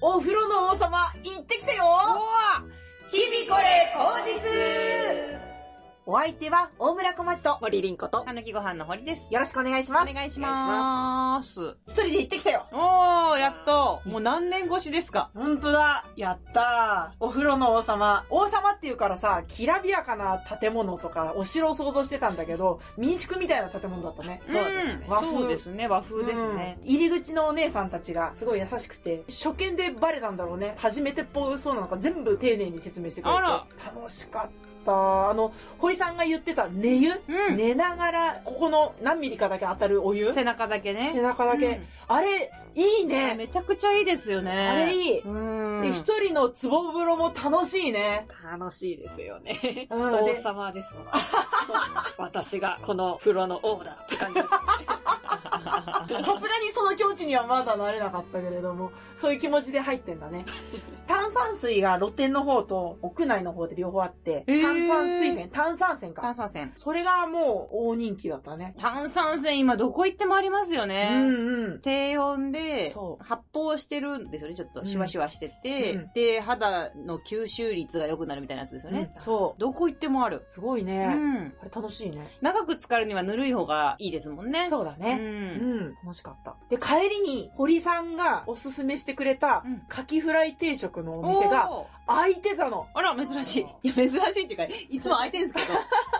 お風呂の王様、行ってきたよ日々これ口実お相手は、大村小町と、森凛子と。たぬきご飯の堀です。よろしくお願いします。お願いします。お一人で行ってきたよー、やっと。もう何年越しですか。ほんとだやったーお風呂の王様。王様っていうからさ、きらびやかな建物とか、お城を想像してたんだけど、民宿みたいな建物だったね。そうですね。和風そうですね。和風ですね。うん入り口のお姉さんたちがすごい優しくて、初見でバレたんだろうね。初めてっぽそうなのか全部丁寧に説明してくれて。あ楽しかった。あの、堀さんが言ってた寝湯、うん。寝ながら、ここの何ミリかだけ当たるお湯背中だけね。背中だけ。あれ、いいうんね。めちゃくちゃいいですよね。あれいい。うん。で一人の壺風呂も楽しいね。楽しいですよね。うん王で様です もん。私がこの風呂の王だって感じですさすがにその境地にはまだなれなかったけれども、そういう気持ちで入ってんだ ね。炭酸水が露天の方と屋内の方で両方あって、へー炭酸水泉、炭酸泉か。炭酸泉。それがもう大人気だったね。炭酸泉今どこ行ってもありますようね。んうん。低温でそう発泡してるんですよね。ちょっうとんシュワシュワしてて、うんで、肌の吸収率が良くなるみたいなやつですよね。うんそう。どこ行ってもある。すごいうね。ん。あれ楽しいね。長く浸かるにはぬるい方がいいですもんね。そうだう。ね。うんん。楽しかった。で、帰りに、堀さんがおすすめしてくれたうん、カキフライ定食のお店が、おー開いてたの。あら、珍しい。いや、珍しいっていうか、いつも空いてるん ですけど、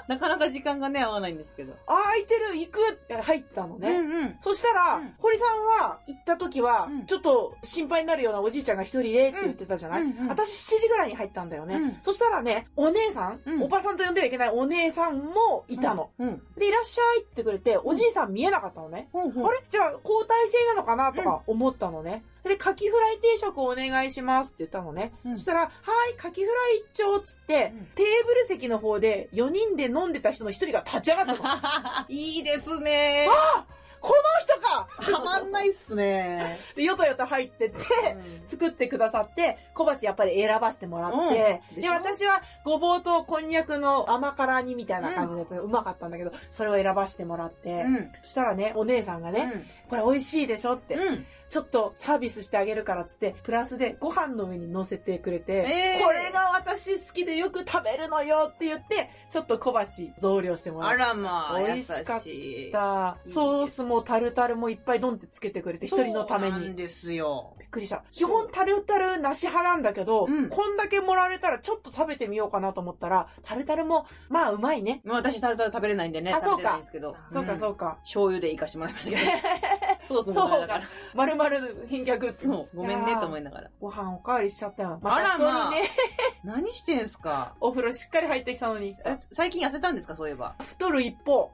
なかなか時間がね、合わないんですけど。あ開いてる、行くって入ったのね。うんうん。そしたら、うん堀さんは行った時は、うんちょっと心配になるようなおじいちゃんが一人でって言ってたじゃない、うんうんうん私7時ぐらいに入ったんだよね。うんそしたらね、お姉さん、うんおばさんと呼んではいけないお姉さんもいたの。うん。うん。で、いらっしゃいってくれて、おじいさん見えなかったのね。ほうほうあれじゃあ交代制なのかなとか思ったのね。で、カキフライ定食お願いしますって言ったのね。うんそしたら、はい、カキフライ一丁っつって、うんテーブル席の方で4人で飲んでた人の1人が立ち上 がったの。いいですね。この人かたまんないっすね。で、よとよと入ってって、作ってくださって、小鉢やっぱり選ばせてもらって、うんでしで、ょ私はごぼうとこんにゃくの甘辛煮みたいな感じのやつがうまかったんだけど、それを選ばせてもらって、うん。そしたらね、お姉さんがね、これ美味しいでしょって、うん。ちょっとサービスしてあげるからっつって、プラスでご飯の上に乗せてくれて、えーこれが私好きでよく食べるのよって言って、ちょっと小鉢増量してもあらっらまあ、美優味しかっしい。た。いいですソースもタルタルもいっぱいドンってつけてくれて、一人のためそうなにん。ですよ。びっくりした。基本タルタルなし派なんだけど、うんこんだけ盛られたらちょっと食べてみようかなと思ったら、タルタルも、まあうまいね。まあ私、タルタル食べれないんでね。あ食そべれないうかんですけど。そうかんそうか。醤油でいかしてもらい ましたけど。ソースもダメだから。まるまる返却。そう。ごめんねと思いながら。ご飯おかわりしちゃったよ。また一あらま人あね、何してんすかお風呂しっかり入ってきたのに。え、最近痩せたんですかそういえば。太る一方。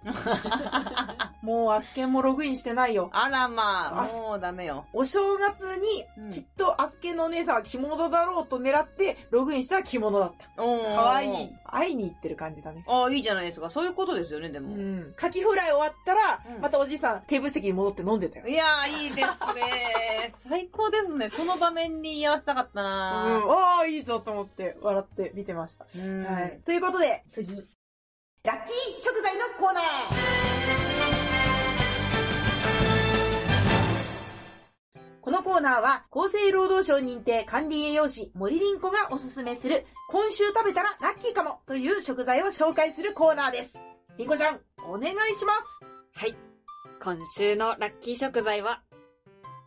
もうアスケンもログインしてないよ。あらまあ、あもうダメよ。お正月に、うんきっとアスケンのお姉さんは着物だろうと狙って、ログインしたら着物だった。おーかわいい。。会いに行ってる感じだね。ああ、いいじゃないですか。そういうことですよね、でうも。ん。カキフライ終わったら、うんまたおじいさん、テーブル席に戻って飲んでたよ。いやー、いいですね。最高ですね。その場面に居合わせたかったうん。なああ、いいぞと思って、笑って見てました。ー、うんはい。ということで、次。ラッキー食材のコーナーこのコーナーは、厚生労働省認定管理栄養士森林子がおすすめする、今週食べたらラッキーかもという食材を紹介するコーナーです。りんこちゃん、お願いしますはい。今週のラッキー食材は、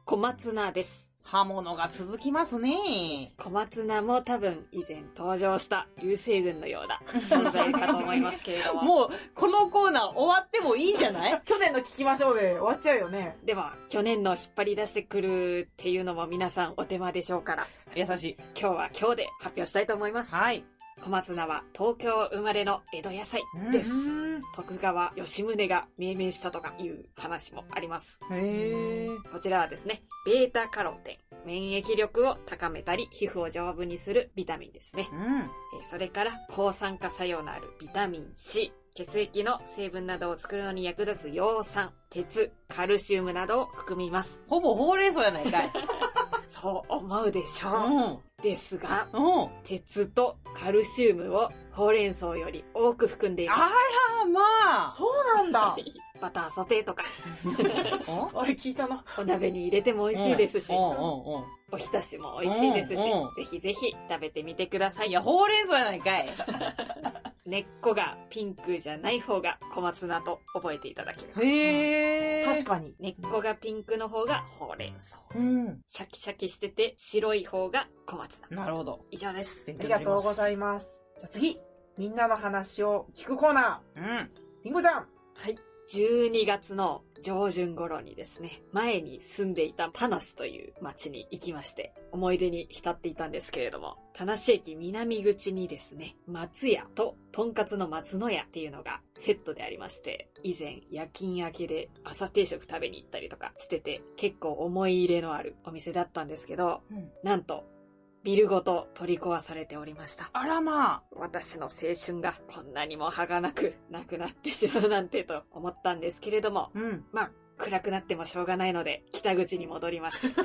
小松菜です。刃物が続きますね。小松菜も多分以前登場した流星群のような存在かと思いますけれど も。もう、このコーナー終わってもいいんじゃない去年の聞きましょうで終わっちゃうよね。では、去年の引っ張り出してくるっていうのも皆さんお手間でしょうから、優しい。今日は今日で発表したいと思います。はい。小松菜は東京生まれの江戸野菜でですす。。徳川吉宗が命名したとかいう話もあります。へー。こちらはですね、ベータカロテン。免疫力を高めたり、皮膚を丈夫にするビタミンですね。うん。えーそれから、抗酸化作用のあるビタミン C。血液の成分などを作るのに役立つ葉酸、鉄、カルシウムなどを含みます。ほぼほうれん草やないかい。そう思うでしうょう。ん。ですが、うん。鉄とカルシウムをほうれん草より多く含んでいまあら、まあ。そうなんだ。す。バターソテーとか、お あれ聞いたな。お鍋に入れても美味しいですし、うんうんおうんひたしも美味しいですし、うんうんぜひぜひ食べてみてくださいいや、よ。ほうれん草やないかい。根っこがピンクじゃない方が小松菜と覚えていただきます。へえ。確かに。根っこがピンクの方がほうれん草。うん。シャキシャキしてて白い方が小松菜。なるほど。以上です。勉ありがとうございいます。じゃあ次、みんなの話を聞くコーナます。うん。ー。りんごちゃん。はい。12月の上旬頃にですね、前に住んでいた田無という町に行きまして、思い出に浸っていたんですけれども、田無駅南口にですね、松屋ととんかつの松の屋っていうのがセットでありまして、以前夜勤明けで朝定食食べに行ったりとかしてて、結構思い入れのあるお店だったんですけど、うんなんと、ビルごと取り壊されておりました。あらま私の青春がこんなにも儚くなくなってしまうなんてと思ったんですけれどもあ。、うん。まあ、暗くなってもしょうがないので、北口に戻りました。うん。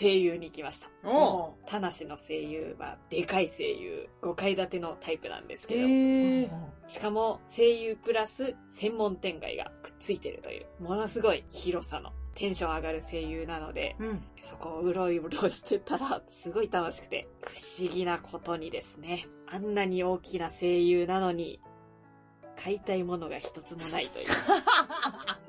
声優に行きました。おう。田無の声優は、でかい声優、5階建てのタイプなんですけど、へえ。しかも声優プラス専門店街がくっついてるという、ものすごい広さの、テンション上がる声優なので、うん。そこをうろうろしてたら、すごい楽しくて、不思議なことにですね、あんなに大きな声優なのに、買いたいものが一つもな いという。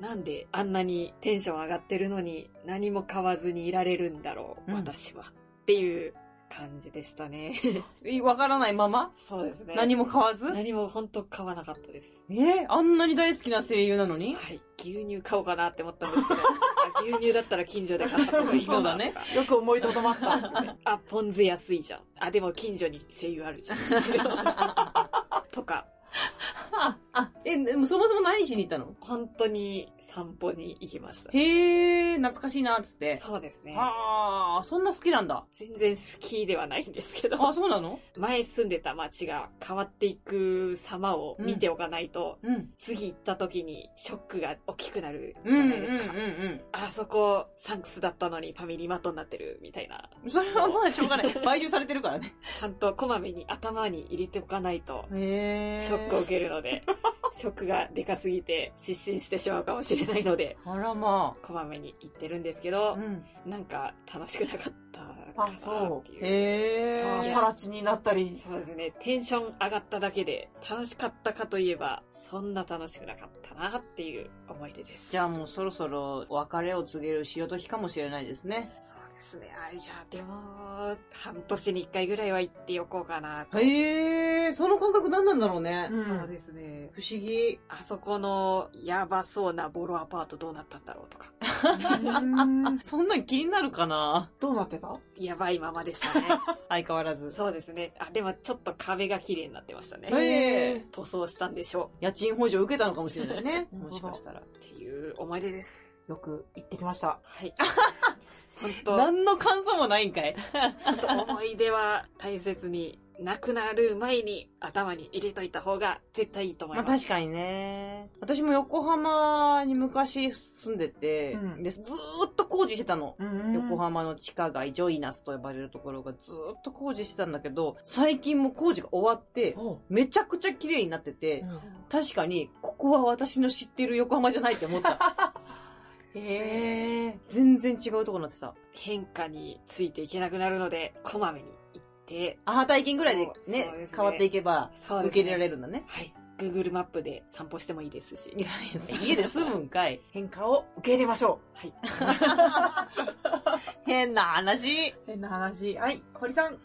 なんであんなにテンション上がってるのに何も買わずにいられるんだろう、うん私は。っていう感じでしたね。 えわからないままそうですね。何も買わず何も本当買わなかったです。えあんなに大好きな声優なの にはい。牛乳買おうかなって思ったんですけど、 あ牛乳だったら近所で買った方がいいかなそうだねよく思いとどまった。あ、ポン酢安いじゃん。あ、でも近所に声優あるじ ゃん。とか、あ、あ、え、でもそもそも何しに行ったの本当に散歩に行きました。へえ、懐かしいな、つって。そうですね。ああ、そんな好きなんだ。全然好きではないんですけあ、ど、そうなの前住んでた街が変わっていく様を見ておかないと、うん。次行った時にショックが大きくなるじうんうゃんうんないですか。あそこ、サンクスだったのにファミリーマートになってるみたいな。うん。それはまあしょうがない。買収されてるからね。ちゃんとこまめに頭に入れておかないとへえ。ショックを受けるので、ショックがでかすぎて失神してしまうかもしれないので、あらまこまめに行ってるんですけあ。ど、ん。なんか楽しくなかったかあなそっうていう。へあえ。さら地になったり。そうですね。テンション上がっただけで、楽しかったかといえば、そんな楽しくなかったなっていう思い出です。じゃあもうそろそろお別れを告げる潮時かもしれないですね。そうですね。あ、いや、でも、半年に一回ぐらいは行っておこうかなと。へえ、その感覚何なんだろうね。う。そうんですね。不思議。あそこのやばそうなボロアパートどうなったんだろうとか、うんそんなん気になるかなどうなってたやばいままでしたね。相変わらず。そうですね。あ、でもちょっと壁が綺麗になってましたね。へえ塗装したんでしょ家賃補助受けたのかもしれないね。 なるほもどしかしたら。うっていう思い出です。よく行ってきました。 はい。本当の感想もないんか い。思い出は大切に、なくなる前に頭に入れといた方が絶対いいと思いまあます。確かにね。私も横浜に昔住んでて、うんでずーっと工事してたの。横横。浜の地下街、ジョイナスと呼ばれるところがずーっと工事してたんだけど、最近もう工事が終わって、おうめちゃくちゃ綺麗になってて、確かに、ここは私の知ってる横浜じゃないって思 った。へえ。全然違うとこになってた。変化についていけなくなるので、こまめに行って、アハ体験ぐらいでそうね、そうですね変わっていけば、そう受け入れられる。るんだね。はい。Google マップで散歩してもいいですし。いらないです。家で住むんかい。変化を受け入れましょはい。 変な話。う。変な話。はい、堀さん。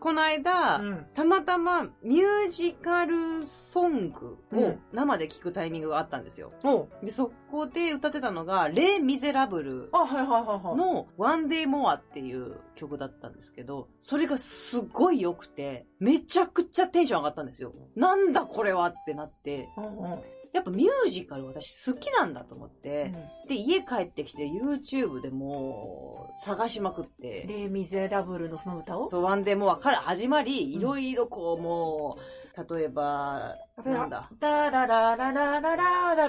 この間、ん。たまたまミュージカルソングうをん生で聞くタイミングがあったんですよ。おうで、そこで歌ってたのが、レ・ミゼラブルあ、はいはいはいはい。の One Day More っていう曲だったんですけど、それがすごい良くて、めちゃくちゃテンション上がったんですよ。なんだこれはってなって、うんうんやっぱミュージカル私好きなんだと思って、で、家帰ってきて YouTube でもう探しまくって、レ・ミゼラブルのその歌をそう、ワンデーモアから始まり、うんいろいろこう、もう、例えば、例えばなんだ。ダララララララララ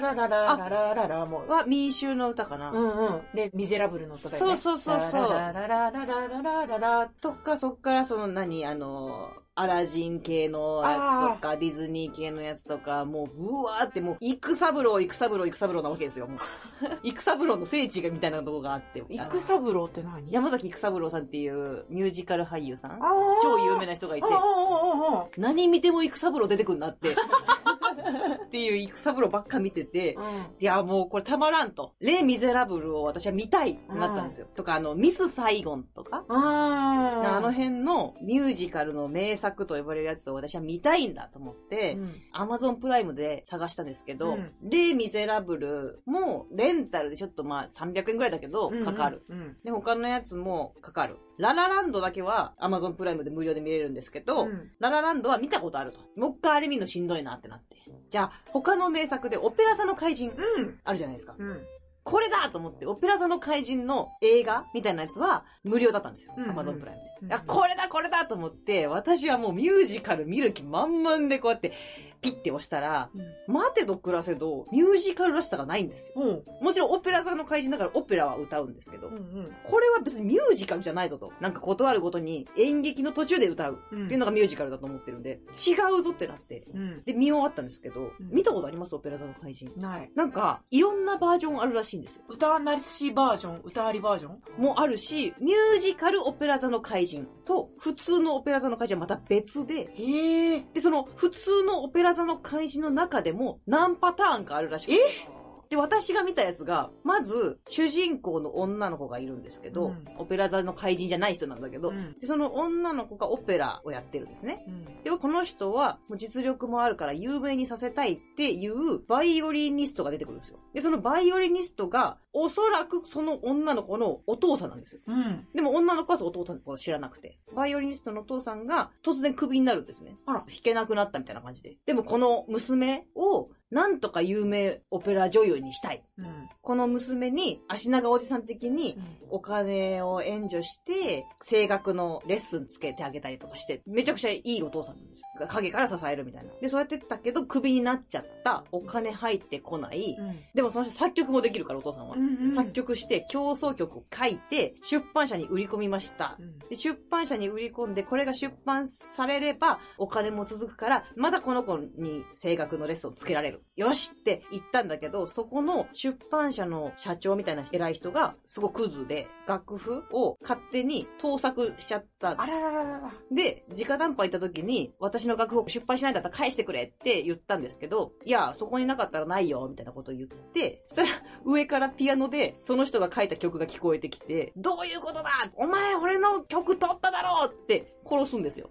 ララララララもう。は、民衆の歌かな。うんうん。レ・ミゼラブルの歌だよそね。うそうそうそう。ララララララララララとか、そっからその何、あの、アラジン系のやつとか、ディズニー系のやつとか、もう、ぶわーって、もう、育三郎、育三郎、育三郎なわけです よ。もう育三郎の聖地がみたいなとこがあって。育三郎って何山崎育三郎さんっていうミュージカル俳優さんあー超有名な人がいてあー、あ何見ても育三郎出てくるなって。っていう育三郎ばっか見てて、ーあーあーいや、もうこれたまらんと。レイ・ミゼラブルを私は見たいってなったんですよ。とか、あの、ミス・サイゴンとか、あーあの辺のミュージカルの名作と呼ばれるやつを私は見たいんだと思って、うんアマゾンプライムで探したんですけど、うんレイ・ミゼラブルもレンタルでちょっとまあ300円ぐらいだけど、かかる。。うんうんで、他のやつもかかる。ララランドだけは Amazon プライムで無料で見れるんですけど、うんララランドは見たことあると。もう一回あれ見るのしんどいなってなって。じゃあ、他の名作でオペラ座の怪人うん。あるじゃないですか。うん。これだと思って、オペラ座の怪人の映画みたいなやつは無料だったんですよ。うんうん Amazon プライムで。うんあ、これだこれだと思って、私はもうミュージカル見る気満々でこうやって、ピッて押したら、待てど暮らせど、ミュージカルらしさがないんですよ。ほう。もちろんオペラ座の怪人だからオペラは歌うんですけど、うんこれは別にミュージカルじゃないぞと。なんか断るごとに演劇の途中で歌ううん。っていうのがミュージカルだと思ってるんで、違うぞってなって。うん。で、見終わったんですけど、うん見たことありますオペラ座の怪人。ない。なんか、いろんなバージョンあるらしいんですよ。歌なしバージョン、歌ありバージョンもあるし、ミュージカルオペラ座の怪人と、普通のオペラ座の怪人はまた別で、へえ。で、その、普通のオペラ座の怪人の中でも、何パターンかあるらしくて。で、私が見たやつが、まず、主人公の女の子がいるんですけど、うんオペラ座の怪人じゃない人なんだけど、うんで、その女の子がオペラをやってるんですね。で、この人は、もう実力もあるから有名にさせたいっていう、バイオリニストが出てくるんですよ。で、そのバイオリニストが、おそらくその女の子のお父さんなんですよ。うん。でも女の子はそのお父さんのことを知らなくて。バイオリニストのお父さんが突然クビになるんですね。あら弾けなくなったみたいな感じで。でもこの娘を、なんとか有名オペラ女優にしたい。うん。この娘に、足長おじさん的に、お金を援助して、声楽のレッスンつけてあげたりとかして、めちゃくちゃいいお父さんなんですよ。影から支えるみたいな。で、そうやってたけど、クビになっちゃった。お金入ってこない。でもその人作曲もできるから、お父さんは。うん。作曲して、競争曲を書いて、出版社に売り込みましたう。ん。で出版社に売り込んで、これが出版されれば、お金も続くから、まだこの子に声楽のレッスンをつけられる。よしって言ったんだけど、そこの出版社の社長みたいな偉い人が、すごいクズで、楽譜を勝手に盗作しちゃったんであす。ららららら。で、直談判行った時に、私の楽譜を出版しないんだったら返してくれって言ったんですけど、いや、そこになかったらないよ、みたいなことを言って、そしたら 上からピアノで、その人が書いた曲が聞こえてきて、どういうことだお前俺の曲取っただろうって殺すん ですよ。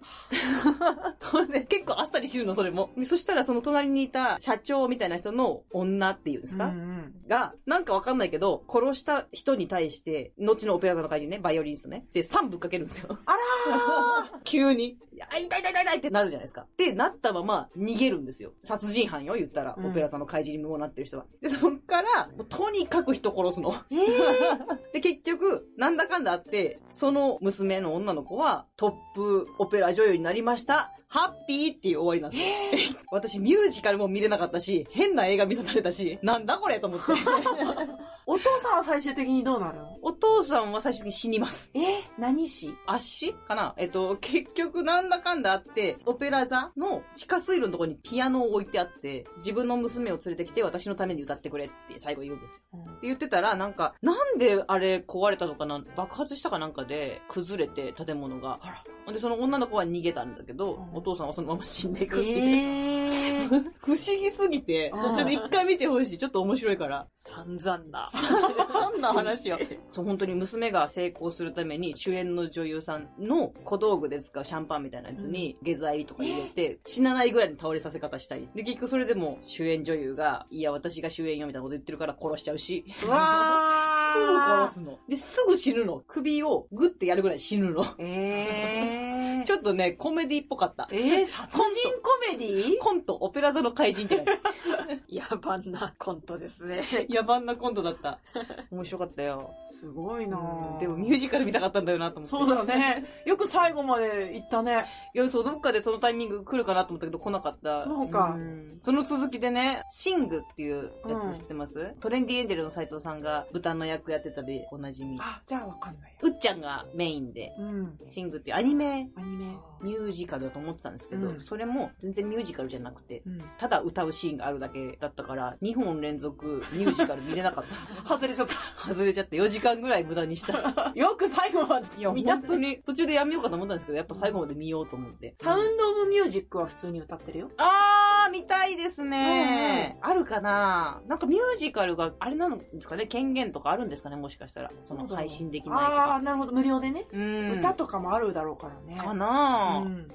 ほんで結構あっさり知るの、それも。でそしたらその隣にいた社長みたいな人の女っていうんですか、うんが、なんかわかんないけど、殺した人に対して、後のオペラ座の会議ね、バイオリニストね、で、3ぶっかけるんですよ。あら急に、あ、痛い痛い痛い痛いってなるじゃないですか。で、なったまま逃げるんですよ。殺人犯よ、言ったら、うんオペラ座の怪人にもなってる人は。で、そっから、もうとにかく人殺すの。 うん。ええ。で、結局、なんだかんだあって、その娘の女の子は、トップオペラ女優になりました。ハッピーっていう終わりなんですよ。私、ミュージカルも見れなかったし、変な映画見さされたし、なんだこれ と思って。 お父さんは最終的にどうなるのお父さんは最終的に死にます。え何し圧死かなえっと、結局なんだかんだあって、オペラ座の地下水路のとこにピアノを置いてあって、自分の娘を連れてきて私のために歌ってくれって最後言うんですよ。って言ってたら、なんか、なんであれ壊れたのかな爆発したかなんかで崩れて建物が。あで、その女の子は逃げたんだけど、うんお父さんはそのまま死んでいくっていう。ええ。 不思議すぎて、ちうょんっと一回見てほしい。ちょっと面白いから。散々な。 そんな話よ。 そう、本当に娘が成功するために主演の女優さんの小道具で使うシャンパンみたいなやつに下剤とか入れて、死なないぐらいに倒れさせ方したり。で、結局それでも主演女優が、いや、私が主演よみたいなこと言ってるから殺しちゃうし。うわすぐ殺すの。で、すぐ死ぬの。首をグッてやるぐらい死ぬの。ええ。ちょっとね、コメディっぽかった。ええ、殺人コメディコント、オペラ座の怪人って感 野蛮なコントですね。 じ野蛮なコントだった。面白かったよ。すごいなぁでもミュージカル見たかったんだよなと思って。そうだね。よく最後まで行ったね。いや、そう、どっかでそのタイミング来るかなと思ったけど来なかった。そうかんその続きでね、シングっていうやうんつ知ってます、トレンディエンジェルの斎藤さんが豚の役やってたでおなじみ。あ、じゃあわかんない。うっちゃんがメインで、うん。シングっていうアニメアニメ。ミュージカルだと思ってたんですけど、うんそれも全然ミュージカルじゃなくて、うん。ただ歌うシーンがあるだけだったから、2本連続ミュージカル見れ なかった。外れちゃっ外れちゃって4時間ぐらい無駄にした。た。よく最後までいや、見た本当に途中でやめようかと思ったんですけど、やっぱ最後まで見ようと思って。サウンド・オブ・ミュージックは普通に歌ってるよ。あー、見たいですね。あるかななんかミュージカルが、あれなんですかね権限とかあるんですかねもしかしたら。その配信できないとああか。ー、なるほど。無料でね。うん。歌とかもあるだろうからね。かうんなぁい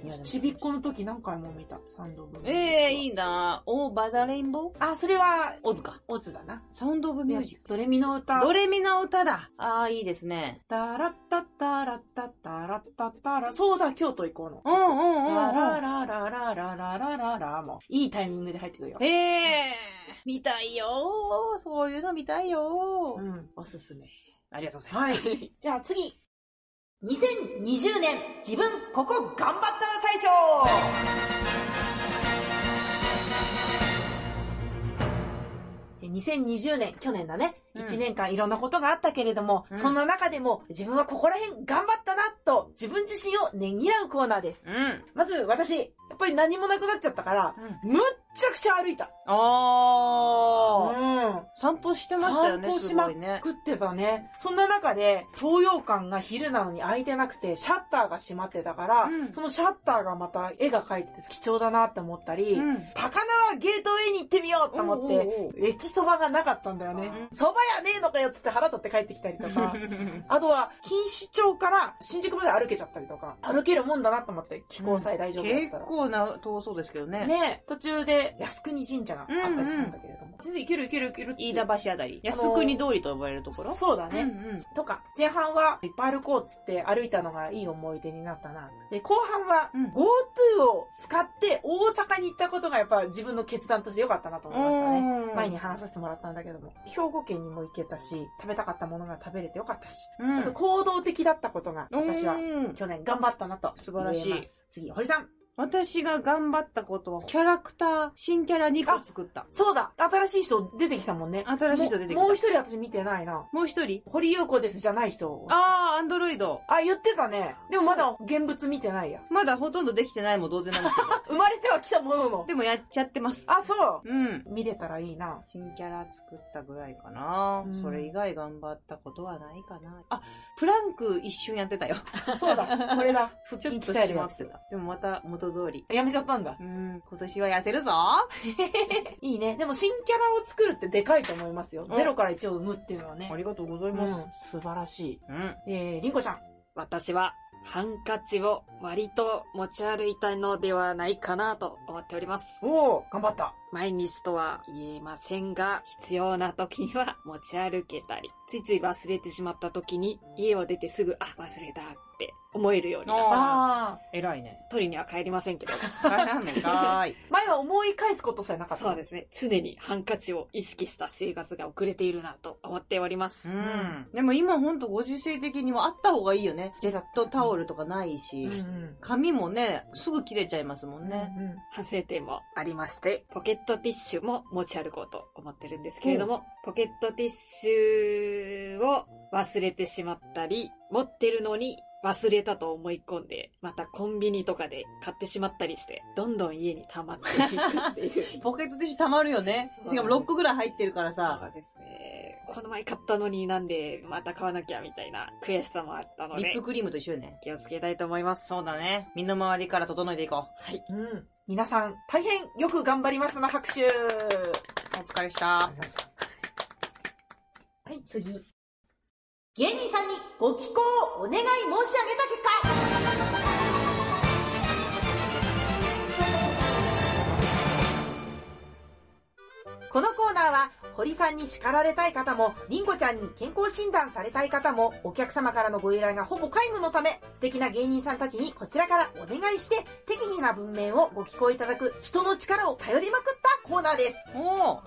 やでもちびっこの時何回も見た。サウンド・オブ・ミュージックええいいなぁ。オーバーザレインボーあ、それは、オズか。オズだな。サウンドオブミュージック。ドレミの歌。ドレミの歌だ。あー、いいですね。タラッタッタラッタッタラッタッタラ。そうだ、京都行こうの。うんうんうラんうラララん。ララララララも。いいタイミングで入ってくるよ。ええ見たいよー。そういうの見たいようー。ん、おすすめ。ありがとうございます。はい。 じゃあ次。2020年、自分、ここ頑張った大賞え2020年、去年だね。うん1年間いろんなことがあったけれども、うんそんな中でも自分はここら辺頑張ったなと自分自身をねぎらうコーナーです。うん。まず私、やっぱり何もなくなっちゃったから、うんむっちゃくちゃ歩いた。うあー。ん。散歩してましたよね、散歩しすまごくいね。食ってたね。そんな中で、東洋館が昼なのに開いてなくて、シャッターが閉まってたから、うんそのシャッターがまた絵が描いてて貴重だなって思ったり、うん。高輪ゲートウェイに行ってみようと思って、駅そばがなかったんだよねうん。そば、やねえのかよっつって腹立って帰ってきたりと か。あとは、錦糸町から新宿まで歩けちゃったりとか、歩けるもんだなと思って、気候さえ大丈夫だっ結たら。構な遠そうですけどね。ねえ途中で靖国神社があったりするんだけれども。全然いけるいけるいけるっていう飯田橋あたり。靖国通りと呼ばれるところ。そうだね。うんうん。とか、前半はいっぱい歩こうっつって歩いたのがいい思い出になったな。で、後半はうん GoTo を使って大阪に行ったことがやっぱ自分の決断として良かったなと思いましたね。うん前に話させてもらったんだけども、兵庫県にも行けたし、食べたかったものが食べれてよかったし、うんあと行動的だったことが私はうん去年頑張ったなと素晴らしい言えます。次、堀さん。私が頑張ったことは、キャラクター、新キャラ2個作った。そうだ新しい人出てきたもんね。新しい人出てきたもうもう一人私見てないな。もう一人堀優子ですじゃない人。あー、アンドロイド。あ、言ってたね。でもまだ現物見てないや。まだほとんどできてないも同然なん ですけど。生まれては来たものの。でもやっちゃってます。あ、そう。うん。見れたらいいな。新キャラ作ったぐらいかな、うんそれ以外頑張ったことはないかなあ、プランク一瞬やってたよ。そうだ、これだ。腹ちょ筋っと鍛えしるまやってつ。た。でもまた元通り。やめちゃったんだ。うん、今年は痩せるぞいいね。でも新キャラを作るってでかいと思いますよ。うんゼロから1を生むっていうのはねあ。りがとうございうんます。、素晴らしい。うん。えー、りんこちゃん。私はハンカチを割と持ち歩いたのではないかなと思っております。おお頑張った。毎日とは言えませんが、必要な時には持ち歩けたり、ついつい忘れてしまった時に家を出てすぐ、あ、忘れたって思えるようになある。ああ。偉いね。取りには帰りませんけど。帰らんのかーい。前は思い返すことさえなかった。そうですね。常にハンカチを意識した生活が遅れているなと思っております。うん。でも今ほんとご時世的にもあった方がいいよね。ジェットタオルとかないし。うんうん。髪もね、すぐ切れちゃいますもんね。うんうん。反省点もありまして、ポケットティッシュも持ち歩こうと思ってるんですけれども、ポケットティッシュを忘れてしまったり、持ってるのに忘れたと思い込んで、またコンビニとかで買ってしまったりして、どんどん家に溜まっていくっていう。ポケットティッシュ溜まるよねそう。しかも6個ぐらい入ってるから そさ、うですね。この前買ったのになんでまた買わなきゃみたいな悔しさもあったのリッでプ、クリームと一緒よね。気をつけたいと思います。そうだね。身の回りから整えていこはい。うん。皆さん、大変よく頑張りましたな、拍手。う。お疲れした。はい、次。芸人さんにご寄稿をお願い申し上げた結果このコーナーは、堀さんに叱られたい方も、りんごちゃんに健康診断されたい方も、お客様からのご依頼がほぼ皆無のため、素敵な芸人さんたちにこちらからお願いして、適宜な文面をご寄稿いただく、人の力を頼りまくったコーナーです。おー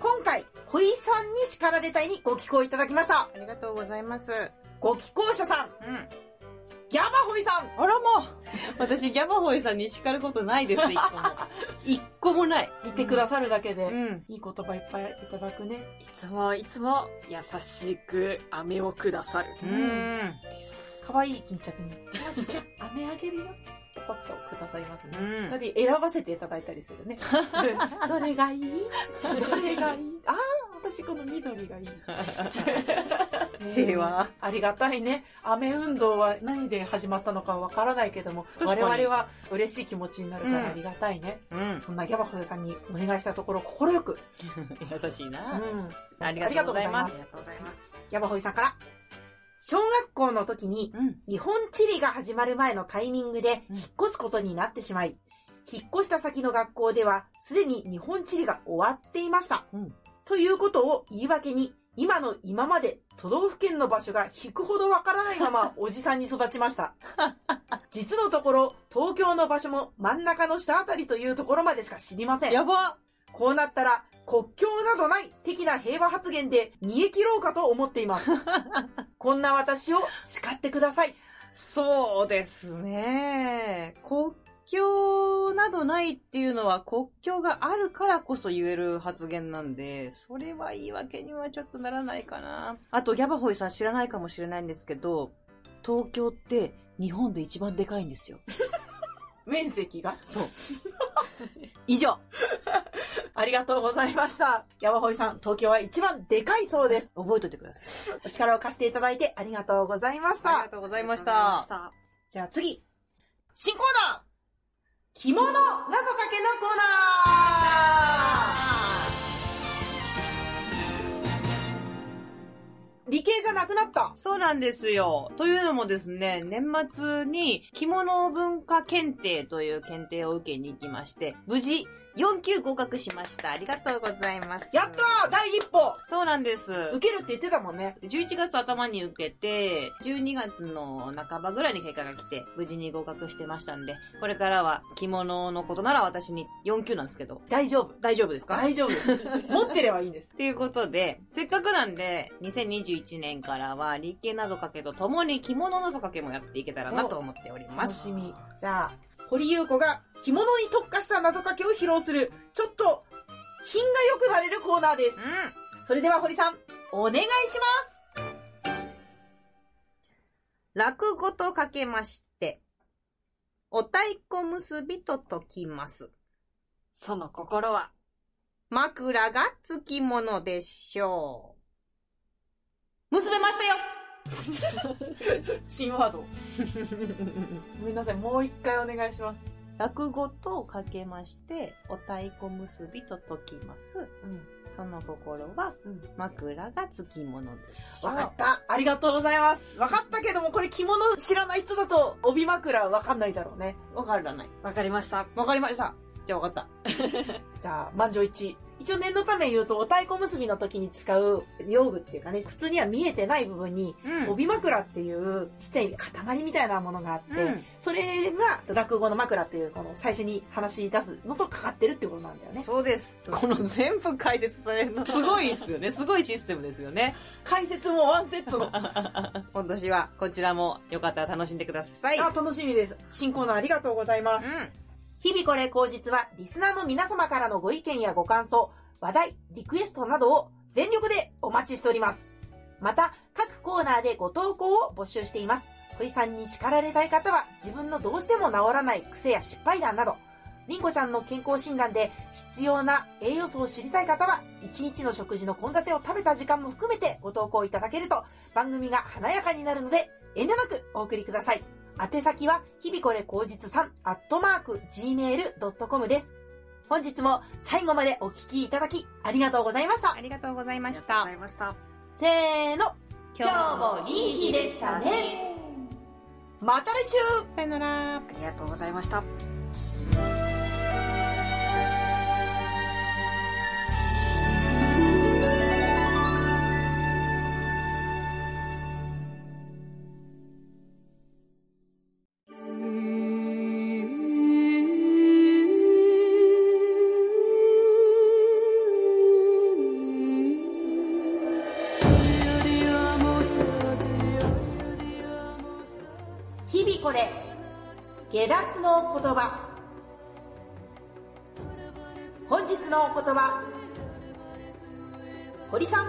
今回、堀さんに叱られたいにご寄稿いただきました。ありがとうございます。うご寄稿者さん、ん。ギャバ堀さん。あらもう私、ギャバホイさんに叱ることないです、一個も。一個もない。いてくださるだけで、うん。いい言葉いっぱいいただくね。いつもいつも優しく飴をくださる。うん。可愛い巾着に、あちっちゃい、飴 あげるよ、ってポッとくださいますね。んだって選ばせていただいたりする ね。どれがいいどれがいいああ、私この緑がいい。平和。ありがたいね。雨運動は何で始まったのかわからないけども、我確かに々は嬉しい気持ちになるからうんありがたいね。うん。そんなギャバフさんにお願いしたところ、快く。優しいうな。ん。ありがとうございあまりすが。とうございます。ギャバホイさんから。小学校の時に、うん。日本地理が始まる前のタイミングでうん引っ越すことになってしまい、引っ越した先の学校ではすでに日本地理が終わっていました。うんということを言い訳に、今の今まで都道府県の場所が引くほどわからないままおじさんに育ちま した。実のところ、東京の場所も真ん中の下あたりというところまでしか知りません。やばこうなったら、国境などない的な平和発言で煮え切ろうかと思っています。こんな私を叱ってください。そうですね。国境などないっていうのは国境があるからこそ言える発言なんで、それは言い訳にはちょっとならないかな。あと、ギャバホイさん知らないかもしれないんですけど、東京って日本で一番でかいんですよ。面積が。そう。以上。ありがとうございました。山堀さん、東京は一番でかいそうです。覚えといてください。お力を貸していただいてありがとうございました。とうごございまし。ざいましたじゃあ次。新コーナー着物謎かけのコーナー理系じゃなくなった。そうなんですよ。というのもですね、年末に着物文化検定という検定を受けに行きまして、無事4級合格しました。ありがとうございます。やったー第一歩そうなんです。受けるって言ってたもんね。 11月頭に受けて、12月の半ばぐらいに結果が来て、無事に合格してましたんで、これからは着物のことなら私に4級なんですけど、大丈夫。大丈夫ですか大丈夫です。持ってればいいんです。ということで、せっかくなんで、2021年からは、立系謎かけとともに着物謎かけもやっていけたらなと思っており ま楽すし。み。じゃあ、堀優子が着物に特化した謎かけを披露する、ちょっと品が良くなれるコーナーですうん。。それでは堀さん、お願いし落語とかけまして、お太鼓結びと解きます。その心は、枕がつきものでしょう。結べ ましたよます。 新ワード。ごめんなさい、もう一回お願いします。落語とかけまして、お太鼓結びと解きます。その心は、うん枕がつきものでしょう。わかった。ありがとうございます。わかったけども、これ着物知らない人だと帯枕わかんないだろうね。わからない。わかりました。わかりました。じゃあわかっじゃあ、満場一致。一応念のため言うと、お太鼓結びの時に使う用具っていうかね、普通には見えてない部分に、た。うん帯枕っていうちっちゃい塊みたいなものがあって、うんそれが落語の枕っていうこの最初に話し出すのとかかってるってことなんだよね。そうです。この全部解説されるのすごいですよね。すごいシステムですよね。解説もワンセッ トの。あ、 今年はこちらもよかったら楽しんでください。楽しみです。新コーナーありがとうございます。う日々これ口実はリスナーの皆様からのご意見やご感想、話題、リクエストなどを全力でお待ちしております。また、各コーナーでご投稿を募集しています。堀さんに叱られたい方は自分のどうしても治らない癖や失敗談など、りんこちゃんの健康診断で必要な栄養素を知りたい方は、一日の食事の献立を食べた時間も含めてご投稿いただけると、番組が華やかになるので、遠慮なくお送りください。宛先は、日々これ口実さん、アットマーク、gmail.com です。本日も最後までお聞きいただき、ありがとうございましたあ。りがとうございあまりしがとうごたざ。いました。せーの、今日ももいい日でしたね。また来週さよなら。ありがとうございました。日々これ、下脱の言葉。本日のお言葉、堀さ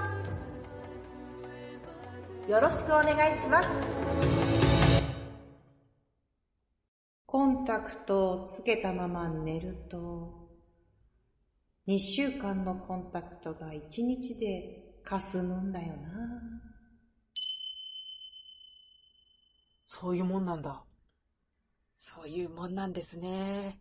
ん、よろしくお願いします。 「コンタクトをつけたまま寝ると、2週間のコンタクトが1日で霞むんだよな。そういうもんなんだ。そういうもんなんですね。